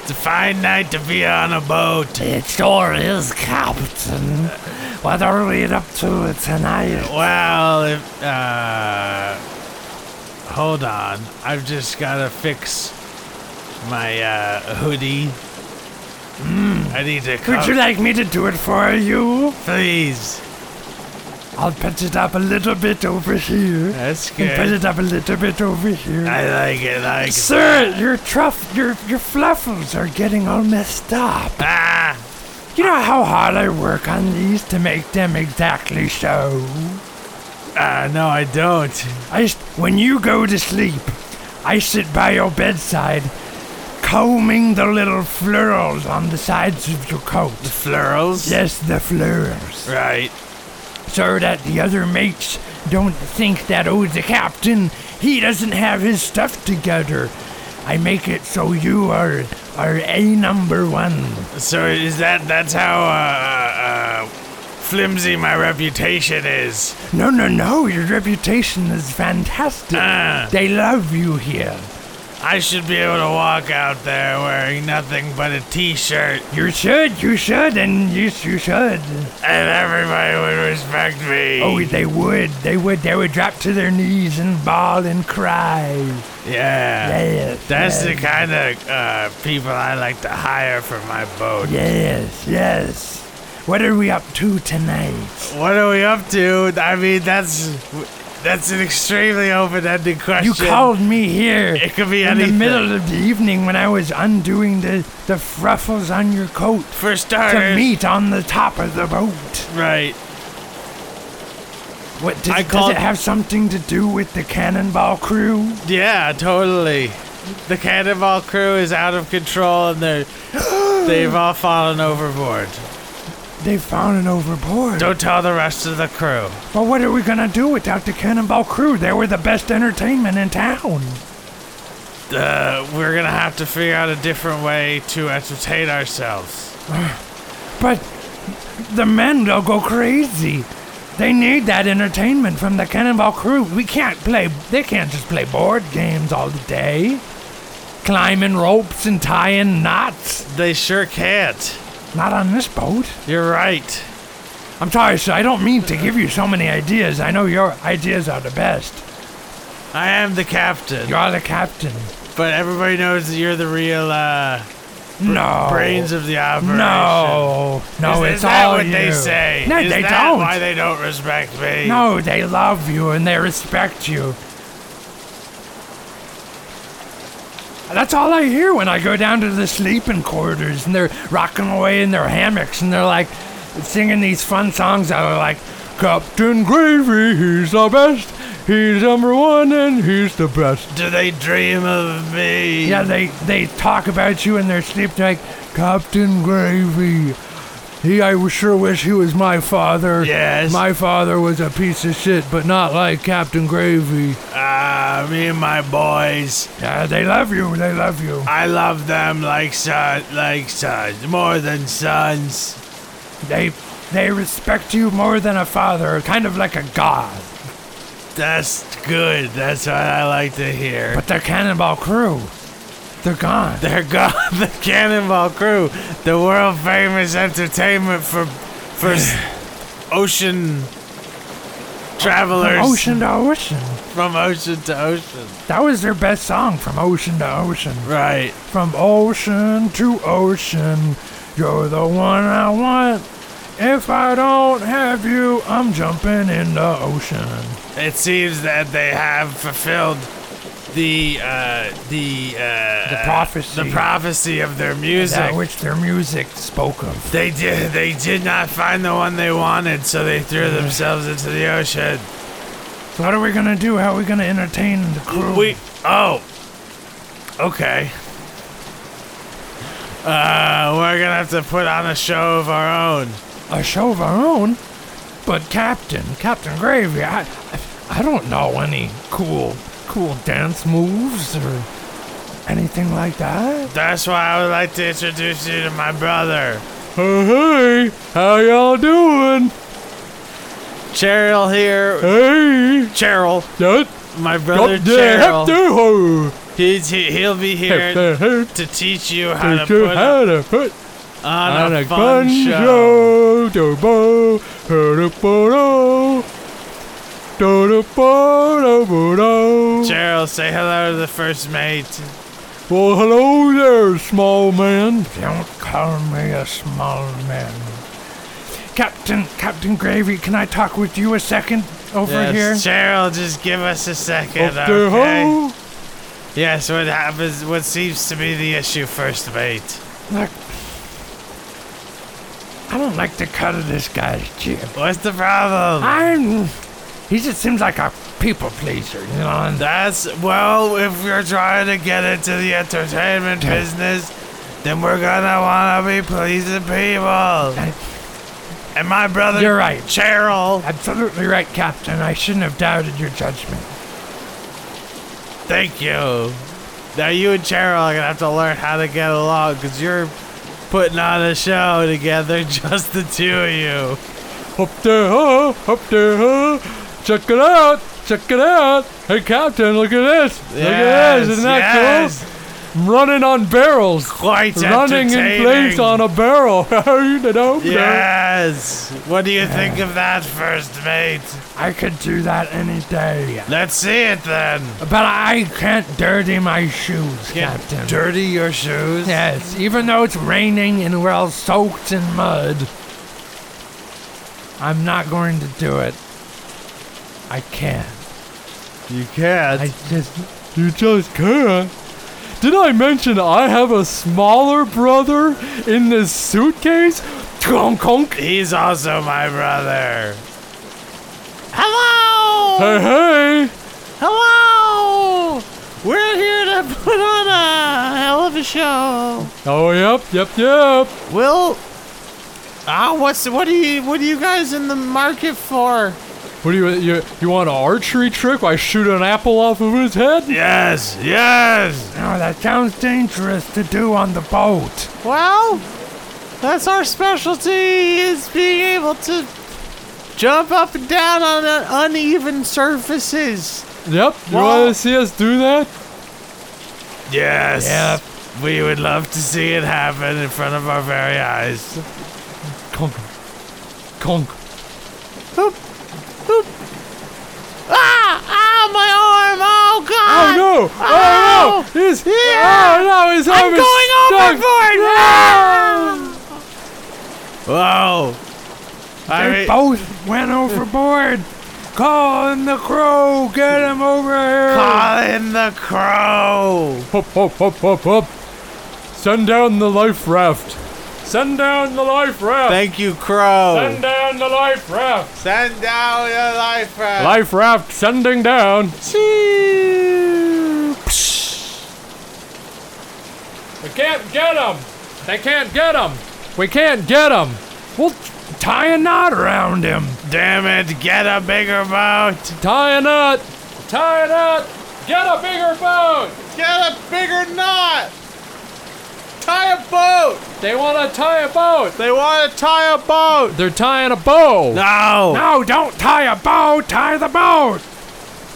It's a fine night to be on a boat. It sure is, Captain. What are we up to tonight? Well, if, uh, hold on. I've just got to fix my uh, hoodie. Mm, I need to Would cover. you like me to do it for you? Please. I'll pitch it up a little bit over here. That's And put good. it up a little bit over here. I like it. I like it. Sir, your truff, your your fluffles are getting all messed up. Ah, You know how hard I work on these to make them exactly so. ah, no, I don't. I s- when you go to sleep, I sit by your bedside, combing the little flurls on the sides of your coat. Florals? Yes, the flurls, Right. so that the other mates don't think that oh, the captain, he doesn't have his stuff together. I make it so you are are a number one. So is that that's how uh, uh, flimsy my reputation is? No, no, no, your reputation is fantastic. Ah. They love you here. I should be able to walk out there wearing nothing but a t-shirt, You should, you should, and yes, you should. and everybody would respect me. Oh, they would, they would, they would drop to their knees and bawl and cry. yeah. Yes. That's the yes, kind of uh, people I like to hire for my boat. Yes, yes. What are we up to tonight? What are we up to? I mean, that's that's an extremely open-ended question. You called me here. It could be in anything. the middle of the evening when I was undoing the, the fruffles on your coat for to starters. meet on the top of the boat. Right. What does, I does called- it have something to do with the cannonball crew? Yeah, totally. The cannonball crew is out of control and they're they've all fallen overboard. They've fallen overboard. Don't tell the rest of the crew. But what are we gonna do without the cannonball crew? They were the best entertainment in town. Uh, we're gonna have to figure out a different way to entertain ourselves. But the men will go crazy. They need that entertainment from the cannonball crew. We can't play. They can't just play board games all day. Climbing ropes and tying knots. They sure can't. Not on this boat. You're right. I'm sorry, sir. I don't mean to give you so many ideas. I know your ideas are the best. I am the captain, You're the captain. but everybody knows that you're the real uh, No. brains of the operation. Oh. No. No, is, it's is that all what they you. say? No, is they that don't. Why they don't respect me? no, they love you and they respect you. That's all I hear when I go down to the sleeping quarters and they're rocking away in their hammocks and they're like singing these fun songs that are like Captain Gravy, he's the best. He's number one and he's the best. Do they dream of me? Yeah, they they talk about you in their sleep. They're like, Captain Gravy. He, I sure wish he was my father. Yes. My father was a piece of shit, but not like Captain Gravy. Ah, me and my boys. Yeah, they love you. They love you. I love them like son, like sons, more than sons. They they respect you more than a father, kind of like a god. That's good. That's what I like to hear. But the Cannonball Crew, they're gone. They're gone. The Cannonball Crew, the world famous entertainment for for s- ocean travelers. From ocean to ocean. from ocean to ocean. That was their best song, from ocean to ocean. Right. From ocean to ocean, you're the one I want. If I don't have you, I'm jumping in the ocean. It seems that they have fulfilled the uh, the uh, The prophecy. the prophecy of their music. That which their music spoke of. They did. They did not find the one they wanted, so they threw themselves into the ocean. So what are we gonna do? How are we gonna entertain the crew? We. Oh. Okay. Uh, we're gonna have to put on a show of our own. a show of our own. But Captain, Captain Gravy, I, I don't know any cool, cool dance moves or anything like that. That's why I would like to introduce you to my brother, Uh, Hey, how y'all doing? Cheryl. Here, Hey, Cheryl. that My brother Cheryl. to He's, he- he'll be here Hey, to teach you how to Teach you put how to put on on a a fun fun show. show. Do-bo, do-do-bo-do. Do-do-bo-do-bo-do. Gerald, say hello to the first mate. Well, hello there, small man. Don't call me a small man. Captain, Captain Gravy, can I talk with you a second over Yes, here? Gerald, just give us a second, Up the okay? hole. Yes, what happens? What seems to be the issue, first mate? Look, I don't like the cut of this guy's jib. What's the problem? Ah. I'm. He just seems like a people pleaser, you know. And that, That's well, if you're trying to get into the entertainment business, then we're gonna wanna be pleasing people. And my brother, You're right. Cheryl. absolutely right, Captain. I shouldn't have doubted your judgment. Thank you. Now you and Cheryl are gonna have to learn how to get along, cause you're putting on a show together, just the two of you. Up there, huh? Up there, huh? Check it out! Check it out! Hey, Captain, look at this! look at this! Isn't that yes, cool? I'm running on barrels. Quite Running in place entertaining. on a barrel. You know? Yes. What do you think of that, first mate? I could do that any day. Let's see it then. But I can't dirty my shoes, Get Captain. dirty your shoes. Yes, even though it's raining and we're all soaked in mud, I'm not going to do it. I can't. You can't. I just. You just can't. Did I mention I have a smaller brother in this suitcase? Conk, conk. He's also my brother. Hello! Hey, hey. Hello! We're here to put on a hell of a show. Oh, yep, yep, yep. Will Ah, what's what are you what are you guys in the market for? What do you, you, you want an archery trick? Where I shoot an apple off of his head? Yes, yes! No, that sounds dangerous to do on the boat. Well, that's our specialty is being able to jump up and down on uh, uneven surfaces. Yep, you Well- want to see us do that? Yes. Yep. We would love to see it happen in front of our very eyes. Conk. Conk. Boop. Boop. Ah! Ah, my arm! Oh, Oh God! no! Oh, Oh no! He's Yeah! Oh no! His arm I'm is going stuck. overboard! Ah! No! Whoa! I They mean, both went overboard. Call in the crew. Get him over here. call in the crow! Hop, hop, hop, hop, hop. Send down the life raft. Send down the life raft. Thank you, crow! Send down the life raft. Send down your life raft! Life raft sending down. We can't get him. They can't get him. We can't get him. We'll tie a knot around him. Damn it, get a bigger boat! Tie a knot. Tie a knot. Get a bigger boat. Get a bigger knot! Tie a boat! They want to tie a boat. They want to tie a boat! They're tying a bow. No! No, don't tie a bow. Tie the boat.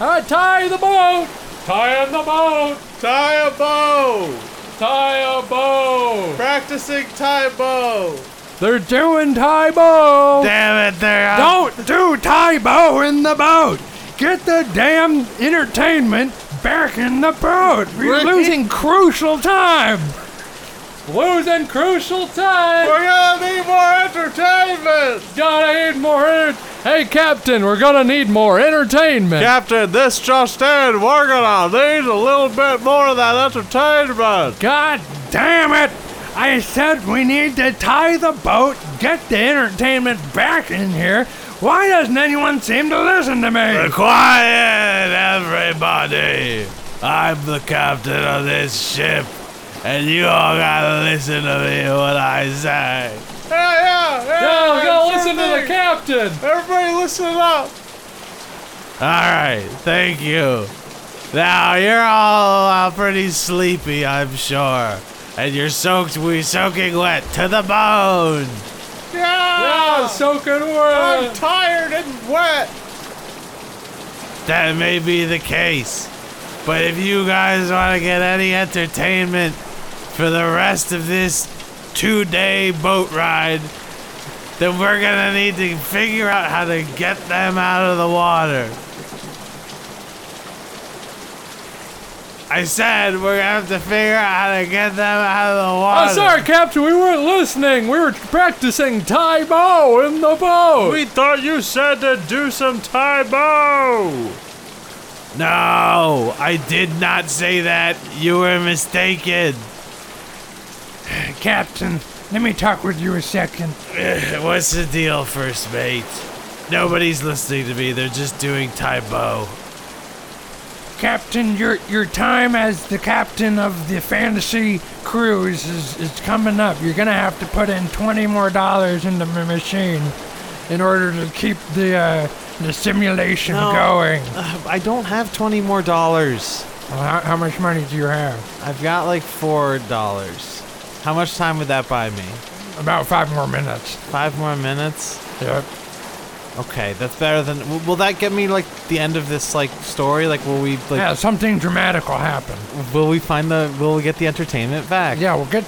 Uh, tie the boat. Tie in the boat. Tie a bow! Tie a bow. Practicing tie bow! They're doing tie bow. Damn it, they're out! Don't do tie bow in the boat. Get the damn entertainment back in the boat. We're Ricky. losing crucial time. Losing crucial time. We're gonna need more entertainment! Gotta need more. Enter- hey, Captain, we're gonna need more entertainment. Captain, this just in, we're gonna need a little bit more of that entertainment! God damn it! I said we need to tie the boat, get the entertainment back in here. Why doesn't anyone seem to listen to me? Quiet, everybody! I'm the captain of this ship, and you all gotta listen to me when I say. Yeah, yeah, yeah! No, go listen to the captain. Everybody listen up! Alright, thank you. Now, you're all uh, pretty sleepy, I'm sure. And you're soaked, we soaking wet to the bone! Yeah, Ah, soaking word. tired and wet! That may be the case. But if you guys want to get any entertainment for the rest of this two day boat ride, then we're gonna need to figure out how to get them out of the water. I said we're gonna have to figure out how to get them out of the water. I'm sorry, Captain. We weren't listening. We were practicing Tai Bo in the boat. thought you said to do some Tai Bo. No, I did not say that. You were mistaken. Captain, let me talk with you a second. What's the deal, first mate? Nobody's listening to me. They're just doing Tai Bo. Captain, your your time as the captain of the fantasy cruise is, is coming up. You're gonna have to put in twenty more dollars into the machine in order to keep the uh, the simulation No. going. I don't have 20 more dollars. Well, how, how much money do you have? I've got like four dollars. How much time would that buy me? About five more minutes. Five more minutes? Yep. Okay, that's better than. w- Will that get me like the end of this like story? Like, will we like yeah, something dramatic will happen. will we find the will we get the entertainment back? Yeah, we'll get.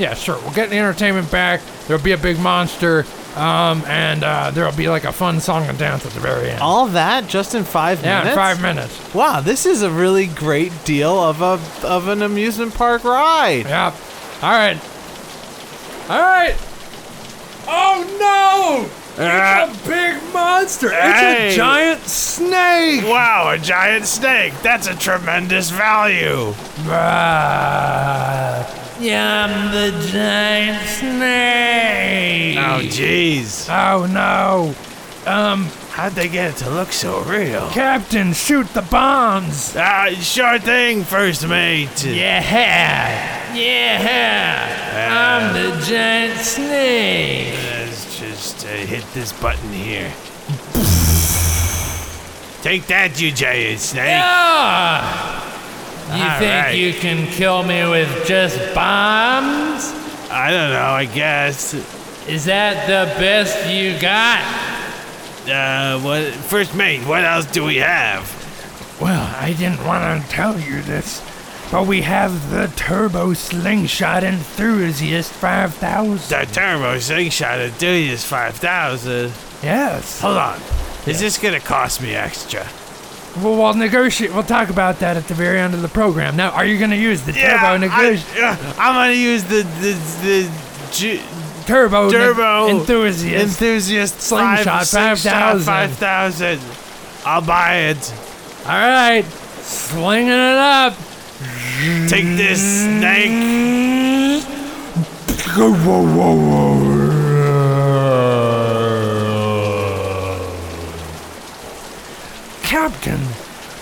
Yeah, sure. We'll get the entertainment back. There'll be a big monster, um, and uh, there'll be like a fun song and dance at the very end. All that just in five yeah, in minutes. five minutes. Wow, this is a really great deal of a of an amusement park ride. Yep. All right. All right. Oh no! it's a big monster. It's Uh, Hey. a giant snake. Wow, a giant snake! That's a tremendous value. Yeah, I'm the giant snake. Oh, jeez, Oh no! how'd they get it to look so real? Captain, shoot the bombs. Ah, sure thing, first mate. Yeah! Yeah! I'm the giant snake! Let's just uh, hit this button here. Take that, you giant snake! Yeah! You All think right. you can kill me with just bombs? I don't know. I guess. Is that the best you got? Uh, what? First mate. What else do we have? Well, I didn't want to tell you this, but we have the Turbo Slingshot Enthusiast 5000. The turbo slingshot of duty is five thousand. Yes. Hold on. Is this gonna cost me extra? Well, we'll negotiate. We'll talk about that at the very end of the program. Now, are you going to use the Turbo I, Negotiation? uh, I'm gonna use the the the. ju- Turbo, Turbo enthusiast. enthusiast five- Slingshot slingshot 5,000. 5,000. I'll buy it. All right, slinging it up. Take this, snake. Captain,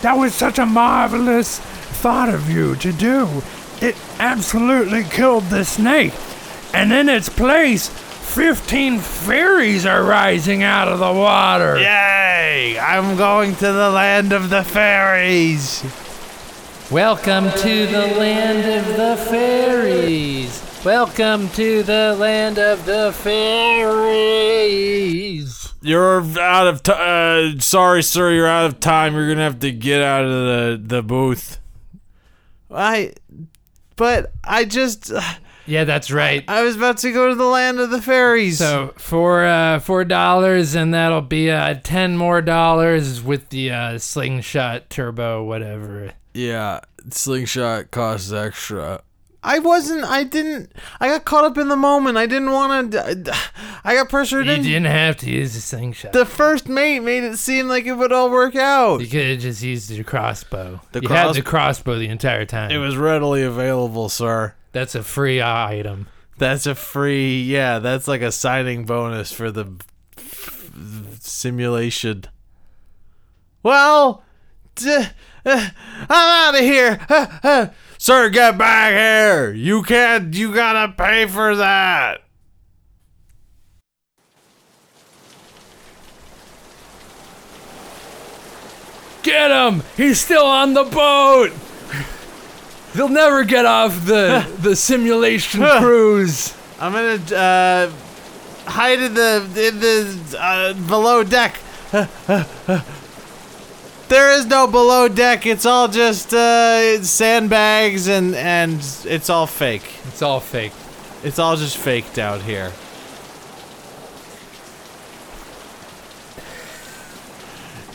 that was such a marvelous thought of you to do. It absolutely killed the snake. And in its place, 15 fairies are rising out of the water. Yay! I'm going to the land of the fairies. Welcome to the land of the fairies. Welcome to the land of the fairies. You're out of t- uh, sorry, sir. You're out of time. You're gonna have to get out of the the booth. I. But I just. Yeah, that's right. I was about to go to the land of the fairies. So for uh, four dollars, and that'll be uh, ten more dollars with the uh, slingshot turbo, whatever. Yeah, slingshot costs extra. I wasn't. I didn't. I got caught up in the moment. I didn't want to. I got pressured You in. didn't have to use the slingshot. The first mate made it seem like it would all work out. you could have just used your crossbow. The you had cross- the crossbow the entire time. It was readily available, sir. That's a free item. That's a free. Yeah, that's like a signing bonus for the f- f- simulation. Well, d- uh, I'm out of here. Uh, uh. Sir, get back here. You can't. You gotta pay for that. Get him! He's still on the boat! They'll never get off the, the simulation cruise. I'm gonna uh, hide in the in the uh, below deck. There is no below deck. It's all just uh, sandbags and and it's all fake. It's all fake. It's all just faked out here.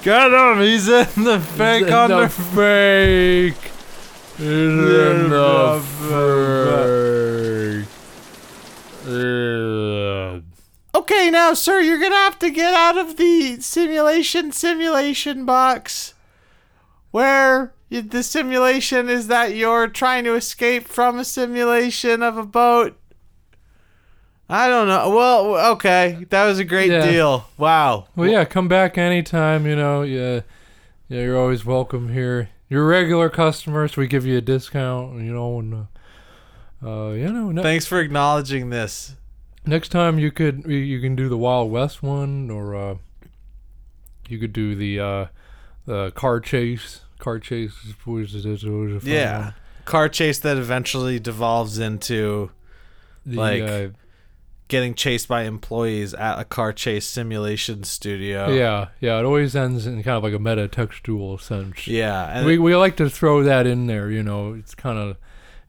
Got him. He's in the fake It's on the the fake. It's in the fake. Okay, now, sir, you're gonna have to get out of the simulation simulation box, where y- the simulation is that you're trying to escape from a simulation of a boat. I don't know. Well, okay, that was a great Yeah. deal. Wow. Well, yeah, come back anytime. You know, yeah, yeah, you're always welcome here. You're regular customers. We give you a discount. You know, and uh, uh you know, ne- Thanks for acknowledging this. next time you could you- you can do the Wild West one, or uh, you could do the uh, the car chase. Car chase is always, is always a fun Yeah. one. Car chase that eventually devolves into The, Like, uh, getting chased by employees at a car chase simulation studio. yeah, yeah, it always ends in kind of like a meta textual sense. Yeah. And we, we like to throw that in there, you know. It's kind of,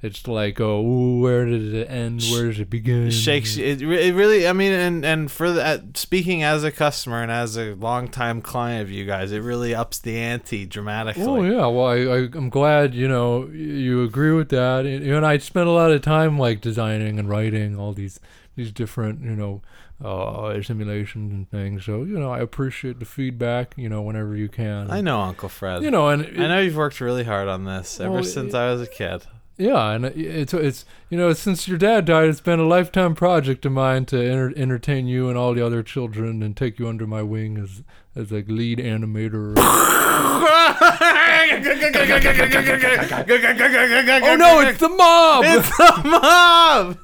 it's like, oh, ooh, where did it end? Where does it begin? shakes you- Mm-hmm. it, re- it really i mean and and for the, uh, speaking as a customer and as a longtime client of you guys it really ups the ante dramatically Oh yeah, well I, I I'm glad you know y- you agree with that. And, you know, and I spent a lot of time like designing and writing all these these different you know uh, simulations and things. So you know I appreciate the feedback. You know whenever you can. i know uncle fred You know and i know you've worked really hard on this ever Well, since it- i was a kid Yeah, and it's it's you know since your dad died, it's been a lifetime project of mine to enter, entertain you and all the other children and take you under my wing as as like lead animator. oh no, it's the mob! mom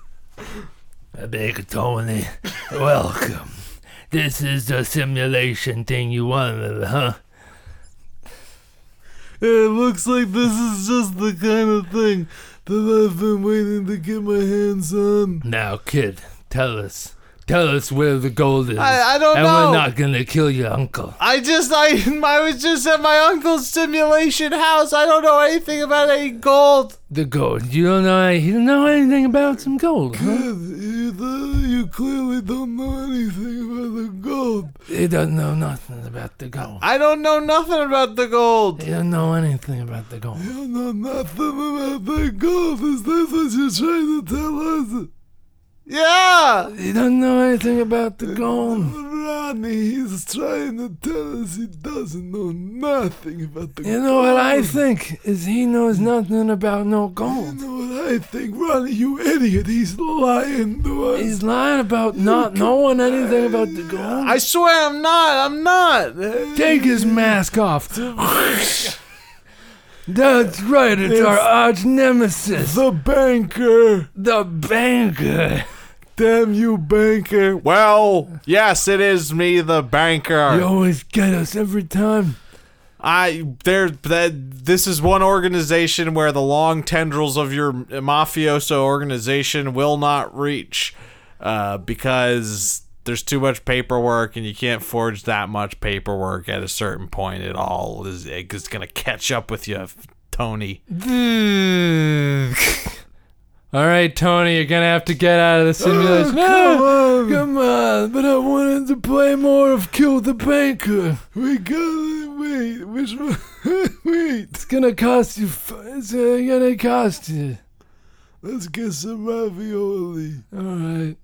Bagatoni, welcome. This is the simulation thing you wanted, huh? it looks like this is just the kind of thing that i've been waiting to get my hands on Now, kid, tell us. Tell us where the gold is. I- I don't and know. we're not gonna kill your uncle. I just I I was just at my uncle's simulation house. I don't know anything about any gold. The gold. You don't know. You don't know anything about some gold. Huh? You, you clearly don't know anything about the gold. He doesn't know nothing about the gold. I don't know nothing about the gold. He doesn't know anything about the gold. I know nothing about the gold. Is this what you're trying to tell us? Yeah, He doesn't know anything about the gold. Ronnie, he's trying to tell us he doesn't know nothing about the You know what I think is he knows nothing about no gold. know what I think, Ronnie? You idiot! He's lying to us. He's lying about not knowing anything about the gold. I swear I'm not. I'm not. Take his mask off. That's right, it's, our arch nemesis, the banker. the banker. Damn you, banker. Well, yes, it is me, the banker. You always get us every time. I there that this is one organization where the long tendrils of your mafioso organization will not reach, uh, because there's too much paperwork and you can't forge that much paperwork at a certain point. It all is it's gonna catch up with you, Tony. All right, Tony, you're gonna have to get out of the simulation. come on. Come on, but I wanted to play more of Kill the Banker. We gotta wait. Which one? wait. It's gonna cost you. f- It's uh, gonna cost you. Let's get some ravioli. All right.